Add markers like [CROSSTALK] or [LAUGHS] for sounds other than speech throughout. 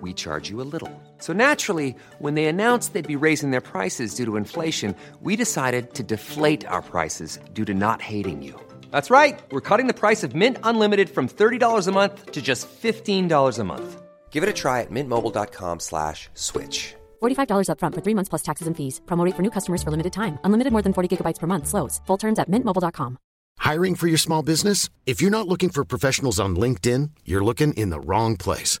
we charge you a little. So naturally, when they announced they'd be raising their prices due to inflation, we decided to deflate our prices due to not hating you. That's right. We're cutting the price of Mint Unlimited from $30 a month to just $15 a month. Give it a try at mintmobile.com slash switch. $45 upfront for three months plus taxes and fees. Promo rate for new customers for limited time. Unlimited more than 40 gigabytes per month. Slows. Full terms at mintmobile.com. Hiring for your small business? If you're not looking for professionals on LinkedIn, you're looking in the wrong place.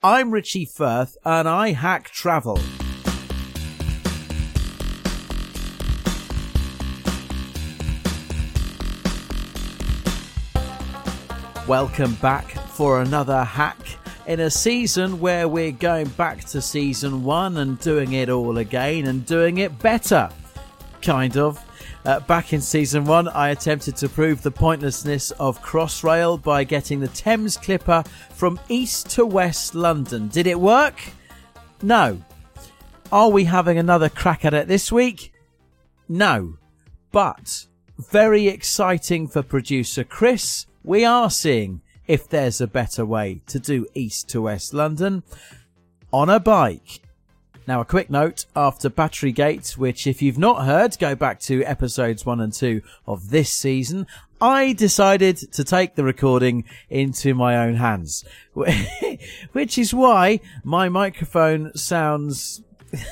I'm Richie Firth and I hack travel. Welcome back for another hack in a season where we're going back to season one and doing it all again and doing it better. Kind of. Uh, back in season one, I attempted to prove the pointlessness of Crossrail by getting the Thames Clipper from east to west London. Did it work? No. Are we having another crack at it this week? No. But very exciting for producer Chris. We are seeing if there's a better way to do east to west London on a bike. Now, a quick note after Battery Gate, which, if you've not heard, go back to episodes one and two of this season. I decided to take the recording into my own hands, [LAUGHS] which is why my microphone sounds [LAUGHS]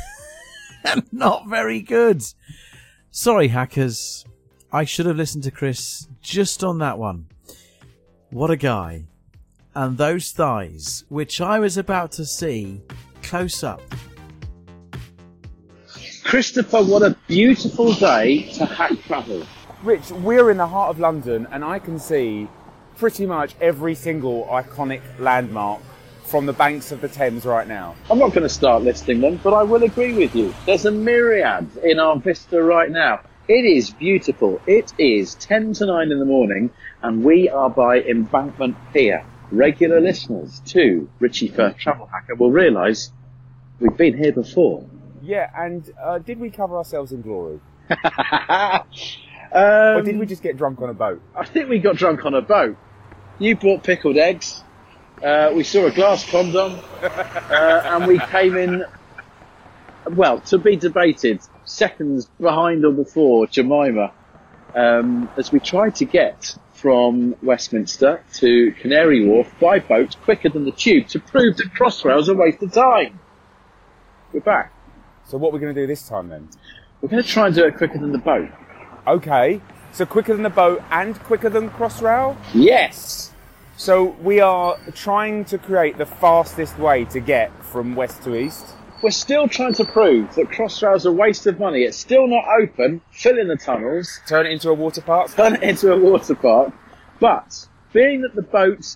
not very good. Sorry, hackers. I should have listened to Chris just on that one. What a guy. And those thighs, which I was about to see close up. Christopher, what a beautiful day to hack travel. Rich, we're in the heart of London and I can see pretty much every single iconic landmark from the banks of the Thames right now. I'm not going to start listing them, but I will agree with you. There's a myriad in our vista right now. It is beautiful. It is 10 to 9 in the morning, and we are by Embankment Pier. Regular listeners to Richie Firth Travel Hacker will realise we've been here before. [LAUGHS] Yeah, and uh, did we cover ourselves in glory? Um, Or did we just get drunk on a boat? I think we got drunk on a boat. You bought pickled eggs. Uh, we saw a glass condom, uh, and we came in. Well, to be debated, seconds behind or before Jemima, um, as we tried to get from Westminster to Canary Wharf by boat quicker than the tube to prove that Crossrail's a waste of time. We're back. So what are we going to do this time then? We're going to try and do it quicker than the boat. Okay, so quicker than the boat and quicker than Crossrail? Yes. So we are trying to create the fastest way to get from west to east. We're still trying to prove that Crossrail's a waste of money. It's still not open. Fill in the tunnels. Turn it into a water park. Turn it into a water park. But being that the boat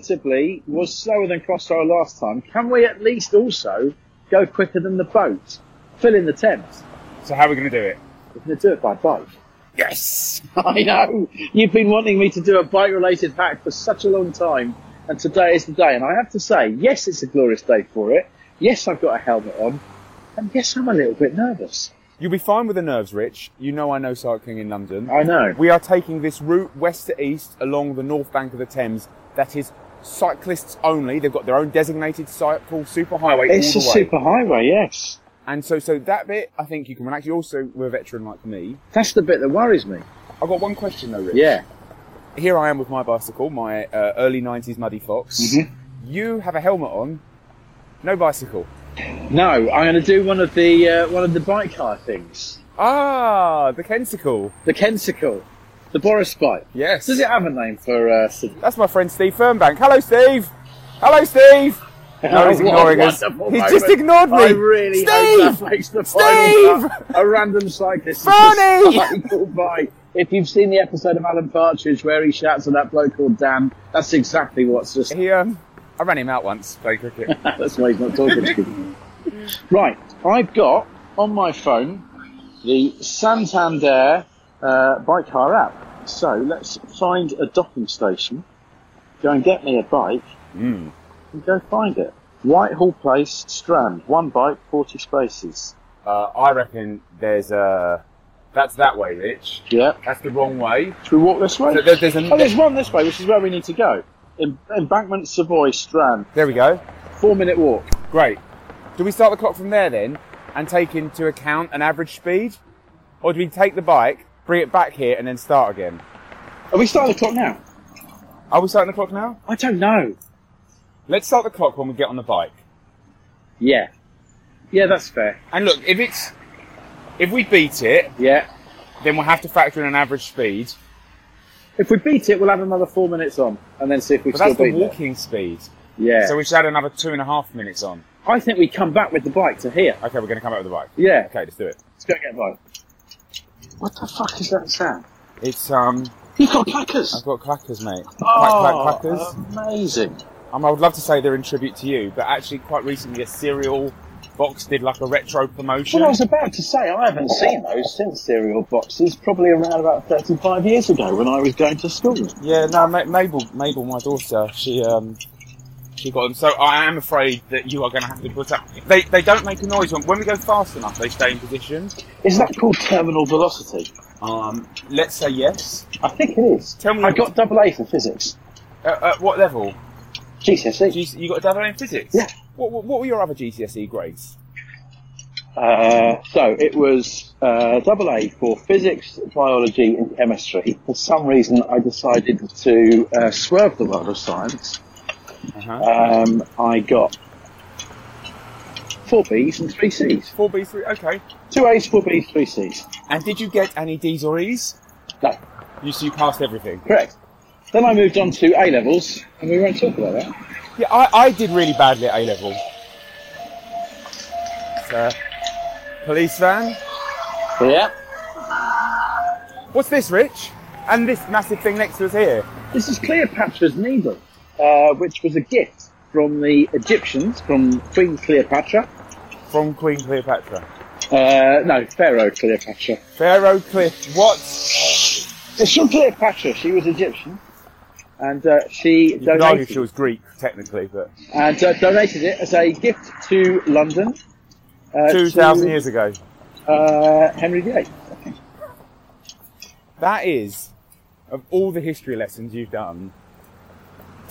debatably was slower than Crossrail last time, can we at least also go quicker than the boat? Fill in the Thames. So how are we going to do it? We're going to do it by boat. Yes! [LAUGHS] I know. You've been wanting me to do a bike related hack for such a long time, and today is the day. And I have to say, yes, it's a glorious day for it. Yes, I've got a helmet on. And yes, I'm a little bit nervous. You'll be fine with the nerves, Rich. You know I know cycling in London. I know. We are taking this route west to east along the north bank of the Thames. That is cyclists only. They've got their own designated cycle superhighway It's a all the way. superhighway, yes. and so, so that bit, I think you can relax. You also, we're a veteran like me. That's the bit that worries me. I've got one question though, Rich. Yeah. Here I am with my bicycle, my uh, early 90s Muddy Fox. Mm-hmm. You have a helmet on, no bicycle. No, I'm going to do one of the uh, one of the bike hire things. Ah, the Kensicle. The Kensicle, the Boris bike. Yes. Does it have a name for? Uh, Sid- That's my friend Steve Fernbank. Hello, Steve. Hello, Steve. [LAUGHS] No, he's What a ignoring us. He's wonderful just moment. ignored me. I really hope Steve! that makes the Steve! final cut. A random cyclist. [LAUGHS] Bernie! By. If you've seen the episode of Alan Partridge where he shouts at that bloke called Dan, that's exactly what's just. He, um, I ran him out once playing [LAUGHS] cricket. That's why he's not talking to you. [LAUGHS] Right, I've got on my phone the Santander uh, bike hire app. So let's find a docking station, go and get me a bike, Hmm. and go find it. Whitehall Place, Strand. One bike, 40 spaces. uh, I reckon there's a. That's that way, Rich. Yeah. That's the wrong way. Should we walk this way? So there- there's a- oh, there's one this way, which is where we need to go. Em- Embankment Savoy, Strand. There we go. Four minute walk. Great. Do we start the clock from there then and take into account an average speed? Or do we take the bike, bring it back here, and then start again? Are we starting the clock now? Are we starting the clock now? I don't know. Let's start the clock when we get on the bike. Yeah. Yeah, that's fair. And look, if it's. If we beat it, Yeah. then we'll have to factor in an average speed. If we beat it, we'll have another four minutes on, and then see if we But still that's the beat it. walking speed. Yeah. So we should add another two and a half minutes on. I think we come back with the bike to here. Okay, we're going to come out with the bike. Yeah. Okay, let's do it. Let's go get a bike. What the fuck is that sound? It's um, You got clackers. I've got clackers, mate. Oh, clack, clack, clackers. amazing. Um, I would love to say they're in tribute to you, but actually, quite recently, a cereal box did like a retro promotion. Well, I was about to say I haven't seen those since cereal boxes. Probably around about thirty-five years ago when I was going to school. Yeah, no, Ma- Mabel, Mabel, my daughter, she um, she got them. So I am afraid that you are going to have to put up. They they don't make a noise when when we go fast enough. They stay in position. Is that called terminal velocity? Um, let's say yes. I think it is. Tell me- I got double A for physics. Uh, at what level? GCSE. G- E. you got a double A in physics. E. Yeah. What, what, what were your other GCSE E grades? Uh, so it was uh, double A for physics, biology, and chemistry. For some reason, I decided to uh, swerve the world of science. Um, I got four Bs and three Cs. Four B three. Okay. Two A's, four Bs, three Cs. And did you get any D's or E's? No, You so you passed everything. correct. Then I moved on to A levels, and we won't talk about that. Yeah, I, I did really badly at A level. So, police van. yeah, What's this, Rich? And this massive thing next to us here. this is Cleopatra's Needle, uh, which was a gift from the Egyptians, from Queen Cleopatra. From Queen Cleopatra. Uh, no, Pharaoh Cleopatra. Pharaoh Cliff. What? It's from Cleopatra. She was Egyptian, and uh, she You could argue donated, she was Greek, technically, but and uh, donated it as a gift to London. Uh, 2,000 to, years ago. Uh, Henry VIII. That is, of all the history lessons you've done,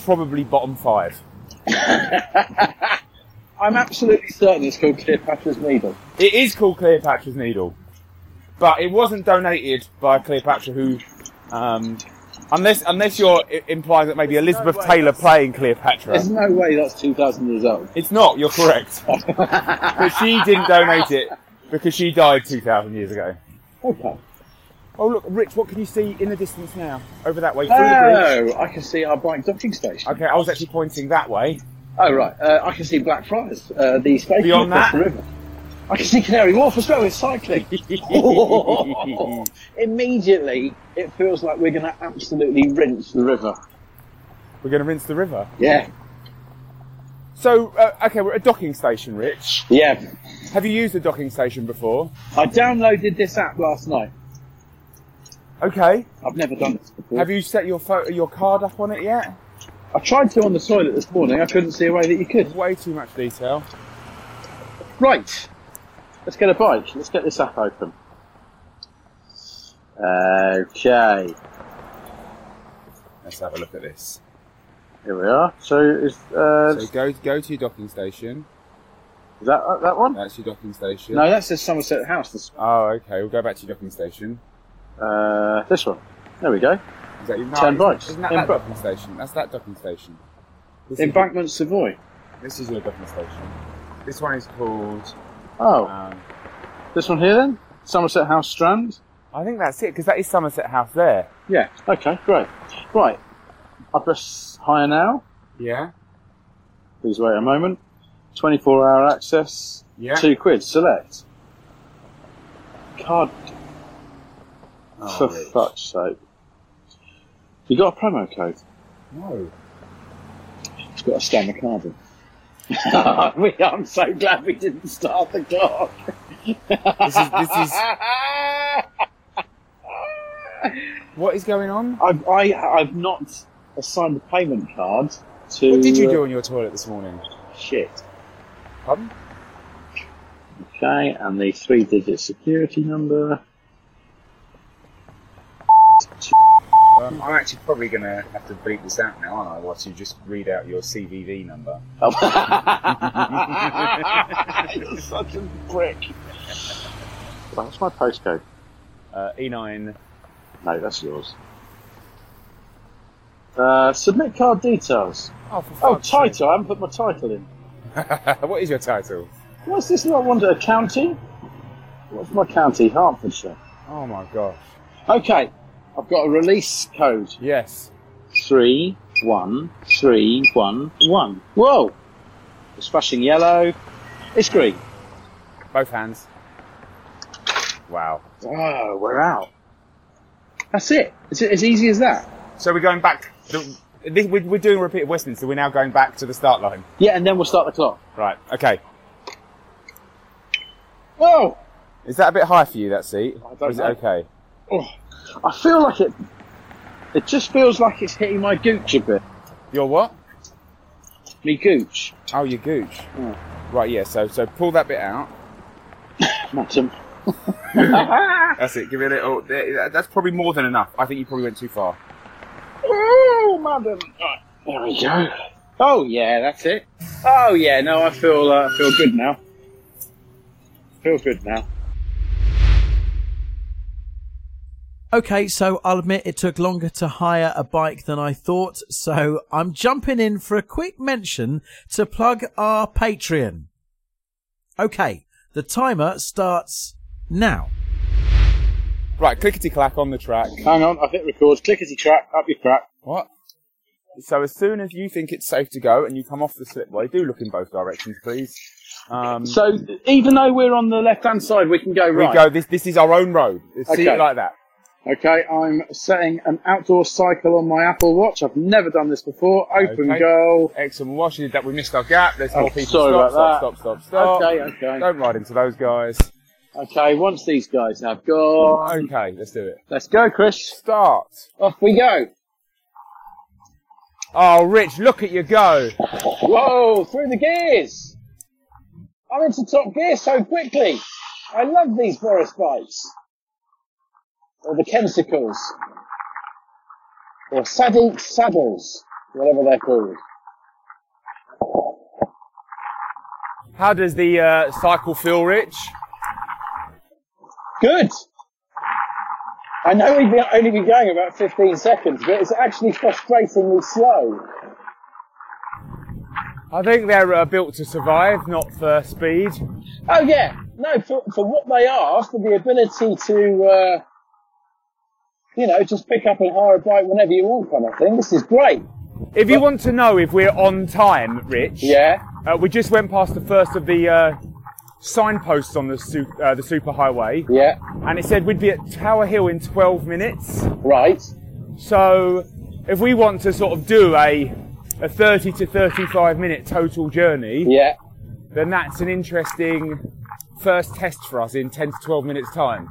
probably bottom five. I'm absolutely certain it's called Cleopatra's Needle. It is called Cleopatra's Needle, but it wasn't donated by Cleopatra, who, um, unless unless you're i- implying that maybe Elizabeth Taylor playing Cleopatra, There's no way that's 2,000 years old. it's not. You're correct, [LAUGHS] but she didn't donate it because she died two thousand years ago. Okay. Oh look, Rich, what can you see in the distance now? Over that way, through the bridge. Oh, I can see our bike docking station. Okay, I was actually pointing that [LAUGHS] way. Oh right, uh, I can see Blackfriars, uh, the station Beyond across that? the river. I can see Canary Wharf as well. It's [LAUGHS] cycling. [LAUGHS] Immediately, it feels like we're going to absolutely rinse the river. We're going to rinse the river. Yeah, So, uh, okay, we're at a docking station, Rich. yeah. Have you used a docking station before? I downloaded this app last night. Okay. I've never done this before. Have you set your photo, your card up on it yet? I tried to on the toilet this morning. I couldn't see a way that you could. Way too much detail. Right. Let's get a bike. Let's get this app open. Okay. Let's have a look at this. Here we are. So is uh, So go go to your docking station. is that uh, that one? That's your docking station. No, that says Somerset House. That's- Oh, okay. We'll go back to your docking station. Uh, this one. There we go. Is that, no, Turn isn't- right. Isn't that In that Bro- docking station? That's that docking station. This is- Embankment Savoy. This is your docking station. This one is called. Oh, Um, this one here then? Somerset House Strand? I think that's it because that is Somerset House there. Yeah. Okay, great. Right. I press higher now. Yeah. Please wait a moment. 24 hour access. Yeah. Two quid. Select. Card. For Rich. fuck's sake. You got a promo code. No. It's got a stammer [LAUGHS] carbon. I'm so glad we didn't start the clock. This is. This is what is going on? [LAUGHS] I've, I, I've not assigned the payment card to. What did you do on your toilet this morning? uh, Shit. Pardon? Okay, and the three digit security number. Um, I'm actually probably going to have to bleep this out now, aren't I? Whilst you just read out your CVV number. [LAUGHS] You're such a prick. What's my postcode? Uh, E9. No, that's yours. Uh, submit card details. Oh, for Oh, fuck's sake. title. I haven't put my title in. [LAUGHS] what is your title? What's this? I wonder. A county? What's my county? Hertfordshire. Oh my gosh. Okay, I've got a release code. Yes. Three one three one one. Whoa! It's flashing yellow. It's green. Both hands. Wow. Oh, we're out. That's it. It's as easy as that. So we're going back. The, this, we're, we're doing a repeat of Westminster. We're now going back to the start line. Yeah, and then we'll start the clock. Right. Okay. Whoa! Is that a bit high for you? That seat? I don't Or is know. it okay? Oh, I feel like it. It just feels like it's hitting my gooch a bit. Your what? Me gooch, Oh, your gooch. Right. Yeah. So so pull that bit out. madam. Ah! That's it. Give it a little. there- that- That's probably more than enough. I think you probably went too far. Oh, madam. Right, there we go. Oh yeah, that's it. Oh yeah, no, I feel uh, I feel good now. Feel good now. Okay, so I'll admit it took longer to hire a bike than I thought, so I'm jumping in for a quick mention to plug our Patreon. Okay, the timer starts now. Right. Clickety clack on the track. Hang on, I've hit record. Clickety track, up your crack. What? So as soon as you think it's safe to go and you come off the slipway, do look in both directions, please. Um, So even though we're on the left hand side, we can go we right. go. This this is our own road. See Okay. it like that. Okay, I'm setting an outdoor cycle on my Apple Watch. I've never done this before. Open Okay. goal. Excellent. Well, she did that. We missed our gap. There's Oh, more people. sorry about stop, stop, stop, stop, stop. Okay, okay. Don't ride into those guys. Okay, once these guys have gone, Okay, let's do it. let's go, Chris. Start. Off we go. Oh, Rich, look at you go. Whoa, through the gears. I'm into top gear so quickly. I love these Boris bikes. Or the Kensicles. Or Saddle Saddles, whatever they're called. How does the uh, cycle feel, Rich? Good. I know we've been- only been going about 15 seconds, but it's actually frustratingly slow. I think they're uh, built to survive, not for speed. Oh yeah, no, for, for what they are, for the ability to, uh, you know, just pick up and hire a bike whenever you want, kind of thing. This is great. If you want to know if we're on time, Rich, Yeah. uh, we just went past the first of the uh, signposts on the, su- uh, the superhighway, Yeah. and it said we'd be at Tower Hill in 12 minutes. Right. So, if we want to sort of do a a 30 to 35 minute total journey, Yeah. then that's an interesting first test for us in 10 to 12 minutes time.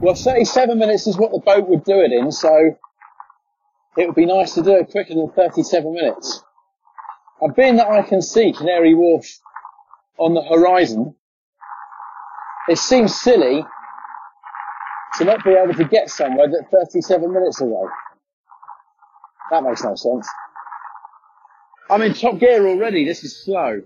Well, 37 minutes is what the boat would do it in, so it would be nice to do it quicker than 37 minutes. And being that I can see Canary Wharf on the horizon, it seems silly to not be able to get somewhere that 37 minutes away. That makes no sense. I'm in top gear already. This is slow.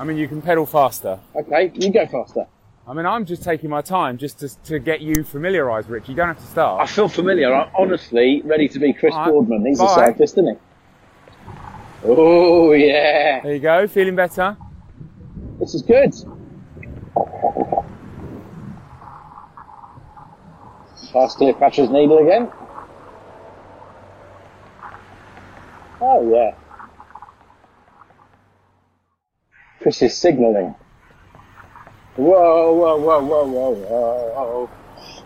I mean, you can pedal faster. Okay, you go faster. I mean, I'm just taking my time just to, to get you familiarised, Rich. You don't have to start. I feel familiar. I'm honestly ready to be Chris All right. Boardman. He's a Bye. scientist, isn't he? Oh, yeah. There you go. Feeling better? This is good. Past Cleopatra's Needle again. Oh, yeah. Chris is signalling. Whoa, whoa, whoa, whoa, whoa, whoa.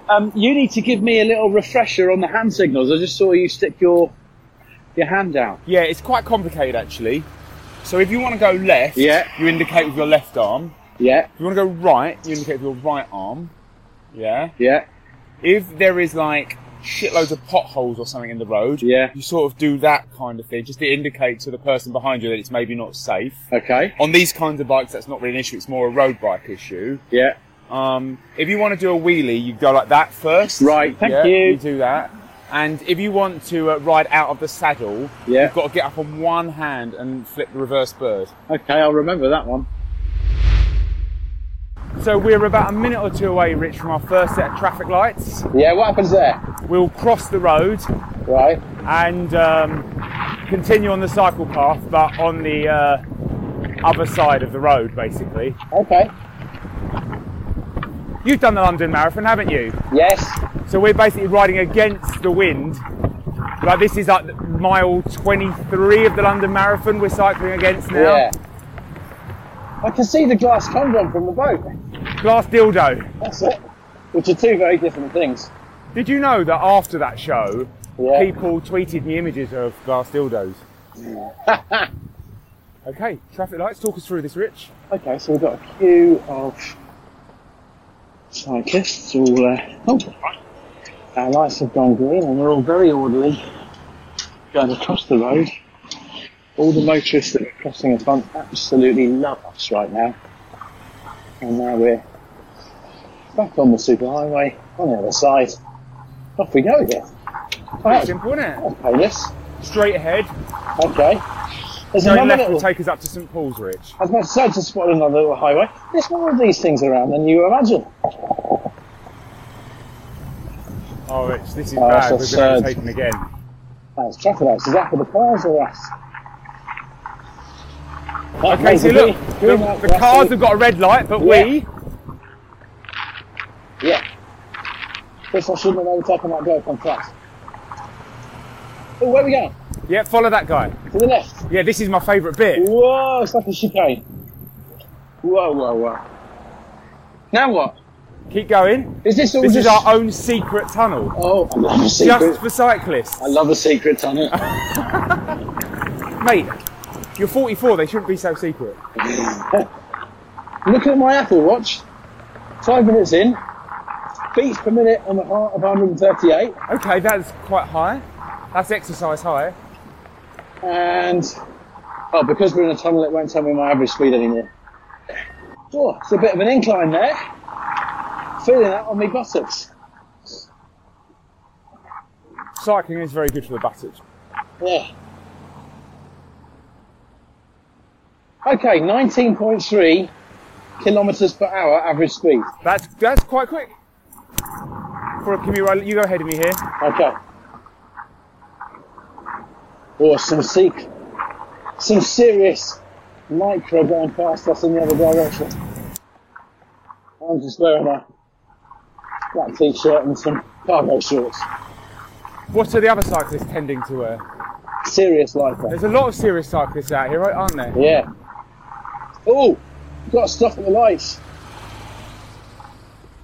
Um, you need to give me a little refresher on the hand signals. I just saw you stick your your hand out. Yeah, it's quite complicated actually. So if you want to go left, Yeah. you indicate with your left arm. Yeah, If you want to go right, you indicate with your right arm. Yeah. yeah, If there is like shitloads of potholes or something in the road, Yeah. you sort of do that kind of thing just to indicate to the person behind you that it's maybe not safe. okay, On these kinds of bikes, that's not really an issue. It's more a road bike issue. yeah. Um, if you want to do a wheelie, you go like that first. Right, thank Yeah, you. You do that. And if you want to uh, ride out of the saddle, Yeah. you've got to get up on one hand and flip the reverse bird. Okay, I'll remember that one. So we're about a minute or two away, Rich, from our first set of traffic lights. Yeah, what happens there? We'll cross the road Right. and um, continue on the cycle path, but on the uh, other side of the road, basically. Okay. You've done the London Marathon, haven't you? Yes. So we're basically riding against the wind. Like this is like mile 23 of the London Marathon we're cycling against now. Yeah. I can see the glass condom from the boat. Glass dildo. That's it. Which are two very different things. Did you know that after that show, Yeah. people tweeted me images of [LAUGHS] glass dildos? okay, traffic lights, talk us through this, Rich. Okay, so we've got a queue of cyclists. All uh, oh, our lights have gone green, and we're all very orderly going across the road. All the motorists that are crossing in front absolutely love us right now, and now we're back on the superhighway on the other side. Off we go again. Pretty Right, simple, isn't it? painless. Straight ahead, Okay. There's going another left will little. take us up to St Paul's, Rich. I was about to say, just spotted another little highway. There's more of these things around than you imagine. Oh, Rich, this is Oh, bad. We're that's going to absurd. be taken again. That's traffic lights. Is that for the cars or us? Okay, so look, the, the cars have got a red light, but Yeah. we Yeah. Chris, I shouldn't have overtaken that bloke on tracks. Oh, where we going? Yeah, follow that guy. To the left. Yeah, this is my favourite bit. Whoa, it's like a chicane. Whoa, whoa, whoa. Now what? Keep going. Is this all This just... is our own secret tunnel, Oh, I love a secret. just for cyclists. I love a secret tunnel. Mate, you're 44. They shouldn't be so secret. Look at my Apple Watch. Five minutes in. Beats per minute on the heart of 138. Okay, that's quite high. That's exercise high. And oh, because we're in a tunnel, it won't tell me my average speed anymore. Oh, it's a bit of an incline there. Feeling that on me buttocks. Cycling is very good for the buttocks. Yeah. Okay, 19.3 kilometers per hour average speed. That's that's quite quick. For a commute, you go ahead of me here. Okay. Or Oh, some seek, some serious micro going past us in the other direction. I'm just wearing a black t-shirt and some cargo shorts. What are the other cyclists tending to wear? Serious eh? lifer. There's a lot of serious cyclists out here, aren't there? Yeah. Oh, got stuff at the lights.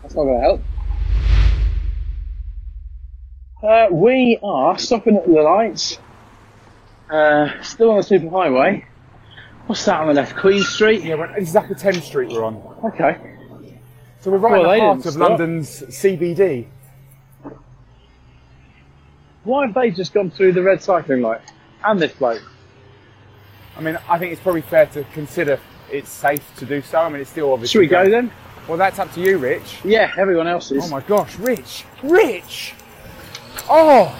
That's not going to help. Uh, we are stopping at the lights. Uh, still on the superhighway. What's that on the left? Queen Street. Yeah, we're- exactly 10th Street we're on. Okay. So we're right Well, in they the heart didn't of stop. London's CBD. Why have they just gone through the red cycling light and this bloke? I mean, I think it's probably fair to consider it's safe to do so. I mean, it's still obviously. Should we go then? Well, that's up to you, Rich. Yeah, everyone else Oh is. my gosh, Rich, Rich! Oh,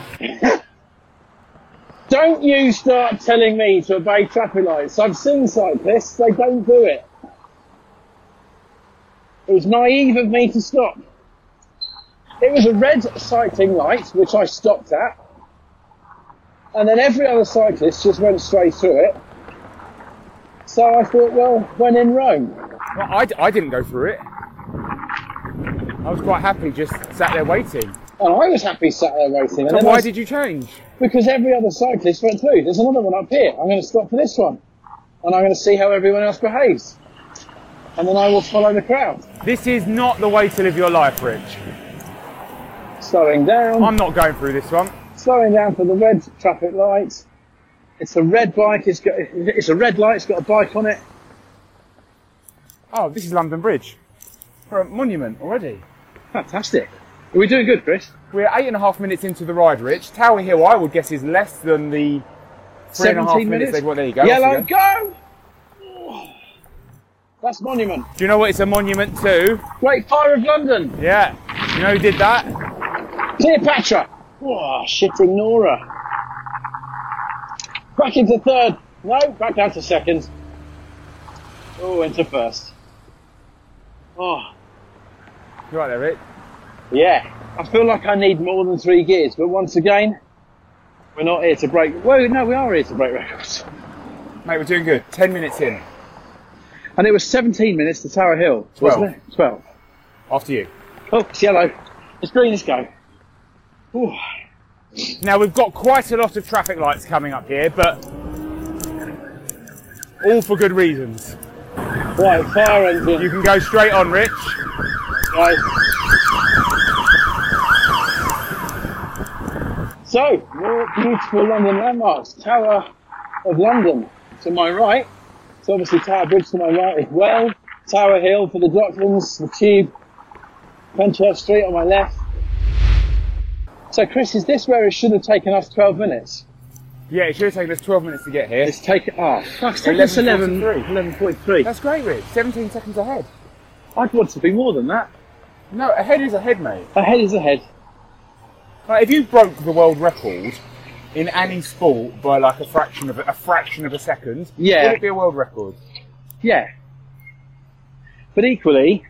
Don't you start telling me to obey traffic lights. I've seen cyclists; they don't do it. It was naive of me to stop. It was a red cycling light, which I stopped at, and then every other cyclist just went straight through it. So I thought, well, when in Rome, Well, I, d- I didn't go through it. I was quite happy just sat there waiting. and I was happy sat there waiting. And So then why I- did you change? Because every other cyclist went through. There's another one up here. I'm going to stop for this one, and I'm going to see how everyone else behaves, and then I will follow the crowd, This is not the way to live your life, Rich. slowing down. I'm not going through this one. slowing down for the red traffic light. It's a red bike. It's got. It's a red light. It's got a bike on it. Oh, this is London Bridge. For a monument already. Fantastic. Are we doing good, Chris? We're eight and a half minutes into the ride, Rich. Tower Hill, I would guess, is less than the three and a half minutes. they- Well, there you go. Yellow, Off you go. That's monument. Do you know what it's a monument to? Great Fire of London. Yeah. You know who did that? Cleopatra. Whoa, shitting Nora. Back into third. No, back down to second. Oh, into first. Oh, You're right there, Rich. Yeah, I feel like I need more than three gears, but once again, we're not here to break. Well, no, we are here to break records. Mate, we're doing good. Ten minutes in. And it was 17 minutes to Tower Hill, wasn't Twelve. it? 12. After you. Oh, it's yellow. It's green, let's go. Ooh. Now we've got quite a lot of traffic lights coming up here, but all for good reasons. Right, fire You engine. can go straight on, Rich. Right. So, more beautiful London landmarks. Tower of London to my right. It's obviously Tower Bridge to my right as well. Tower Hill for the Docklands, the Tube, Penchurch Street on my left. So, Chris, is this where it should have taken us 12 minutes? Yeah, it should have taken us 12 minutes to get here. It's taken. Oh, fuck's sake, it's 11, 11:43. 11.43. That's great, Rich. 17 seconds ahead. I'd want to be more than that. No, ahead is ahead, mate. Ahead is ahead. Like, if you broke the world record in any sport by like a fraction of a, a fraction of a second, Yeah. would it be a world record? Yeah. But equally,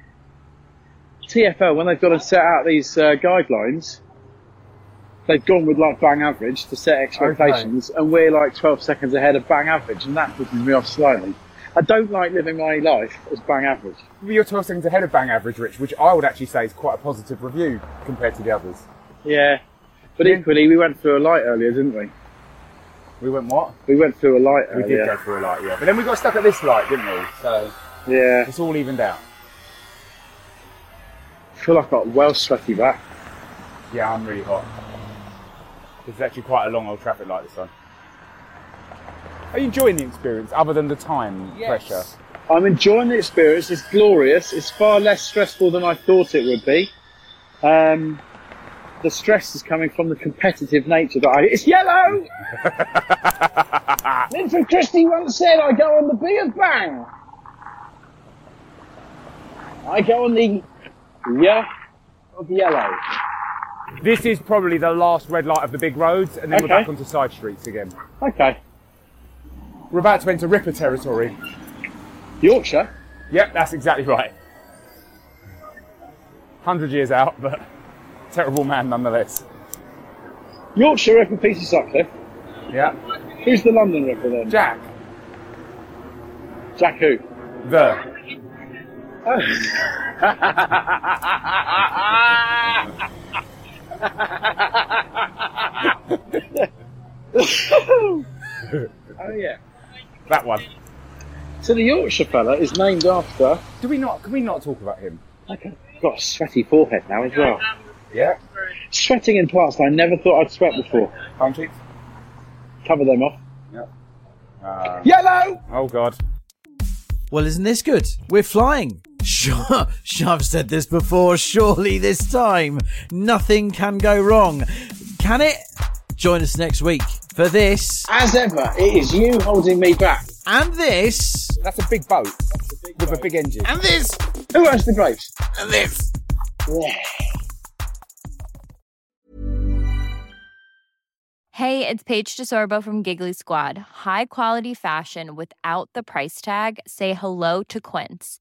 TFL, when they've got to set out these uh, guidelines, they've gone with like bang average to set expectations, and we're like 12 seconds ahead of bang average, and that pisses me off slightly. I don't like living my life as bang average. Well, You're 12 seconds ahead of bang average, Rich, which I would actually say is quite a positive review compared to the others. Yeah. But Yeah. equally, we went through a light earlier, didn't we? We went what? We went through a light We did go earlier. for a light, yeah. But then we got stuck at this light, didn't we? So Yeah. it's all evened out. I feel like I've got well sweaty back. Yeah, I'm really hot. This is actually quite a long old traffic light this one. Are you enjoying the experience other than the time pressure? I'm enjoying the experience. It's glorious. It's far less stressful than I thought it would be. Um, the stress is coming from the competitive nature that I. It's yellow! Linford Christie once said, I go on the B of Bang. I go on the yeah of yellow. This is probably the last red light of the big roads, and then we're Okay. back onto side streets again. Okay. We're about to enter Ripper territory. Yorkshire? Yep, that's exactly right. 100 years out, but terrible man nonetheless. Yorkshire Ripper Peter Sutcliffe. Yeah. Who's the London Ripper then? Jack, Jack who? the. Oh, yeah. That one. So the Yorkshire fella is named after. Do we not, can we not talk about him? Okay. Got a sweaty forehead now as well. Yeah. Sweating in past, I never thought I'd sweat before. Palm cheeks? Cover them off. Yep. Uh, Yellow! oh god. Well, isn't this good? We're flying. Sure, [LAUGHS] sure, I've said this before. Surely this time, nothing can go wrong. Can it? Join us next week for this As ever, it is you holding me back. and this That's a big boat with a big engine. and this Who owns the grapes? and this. Hey, it's Paige DeSorbo from Giggly Squad. High quality fashion without the price tag. Say hello to Quince.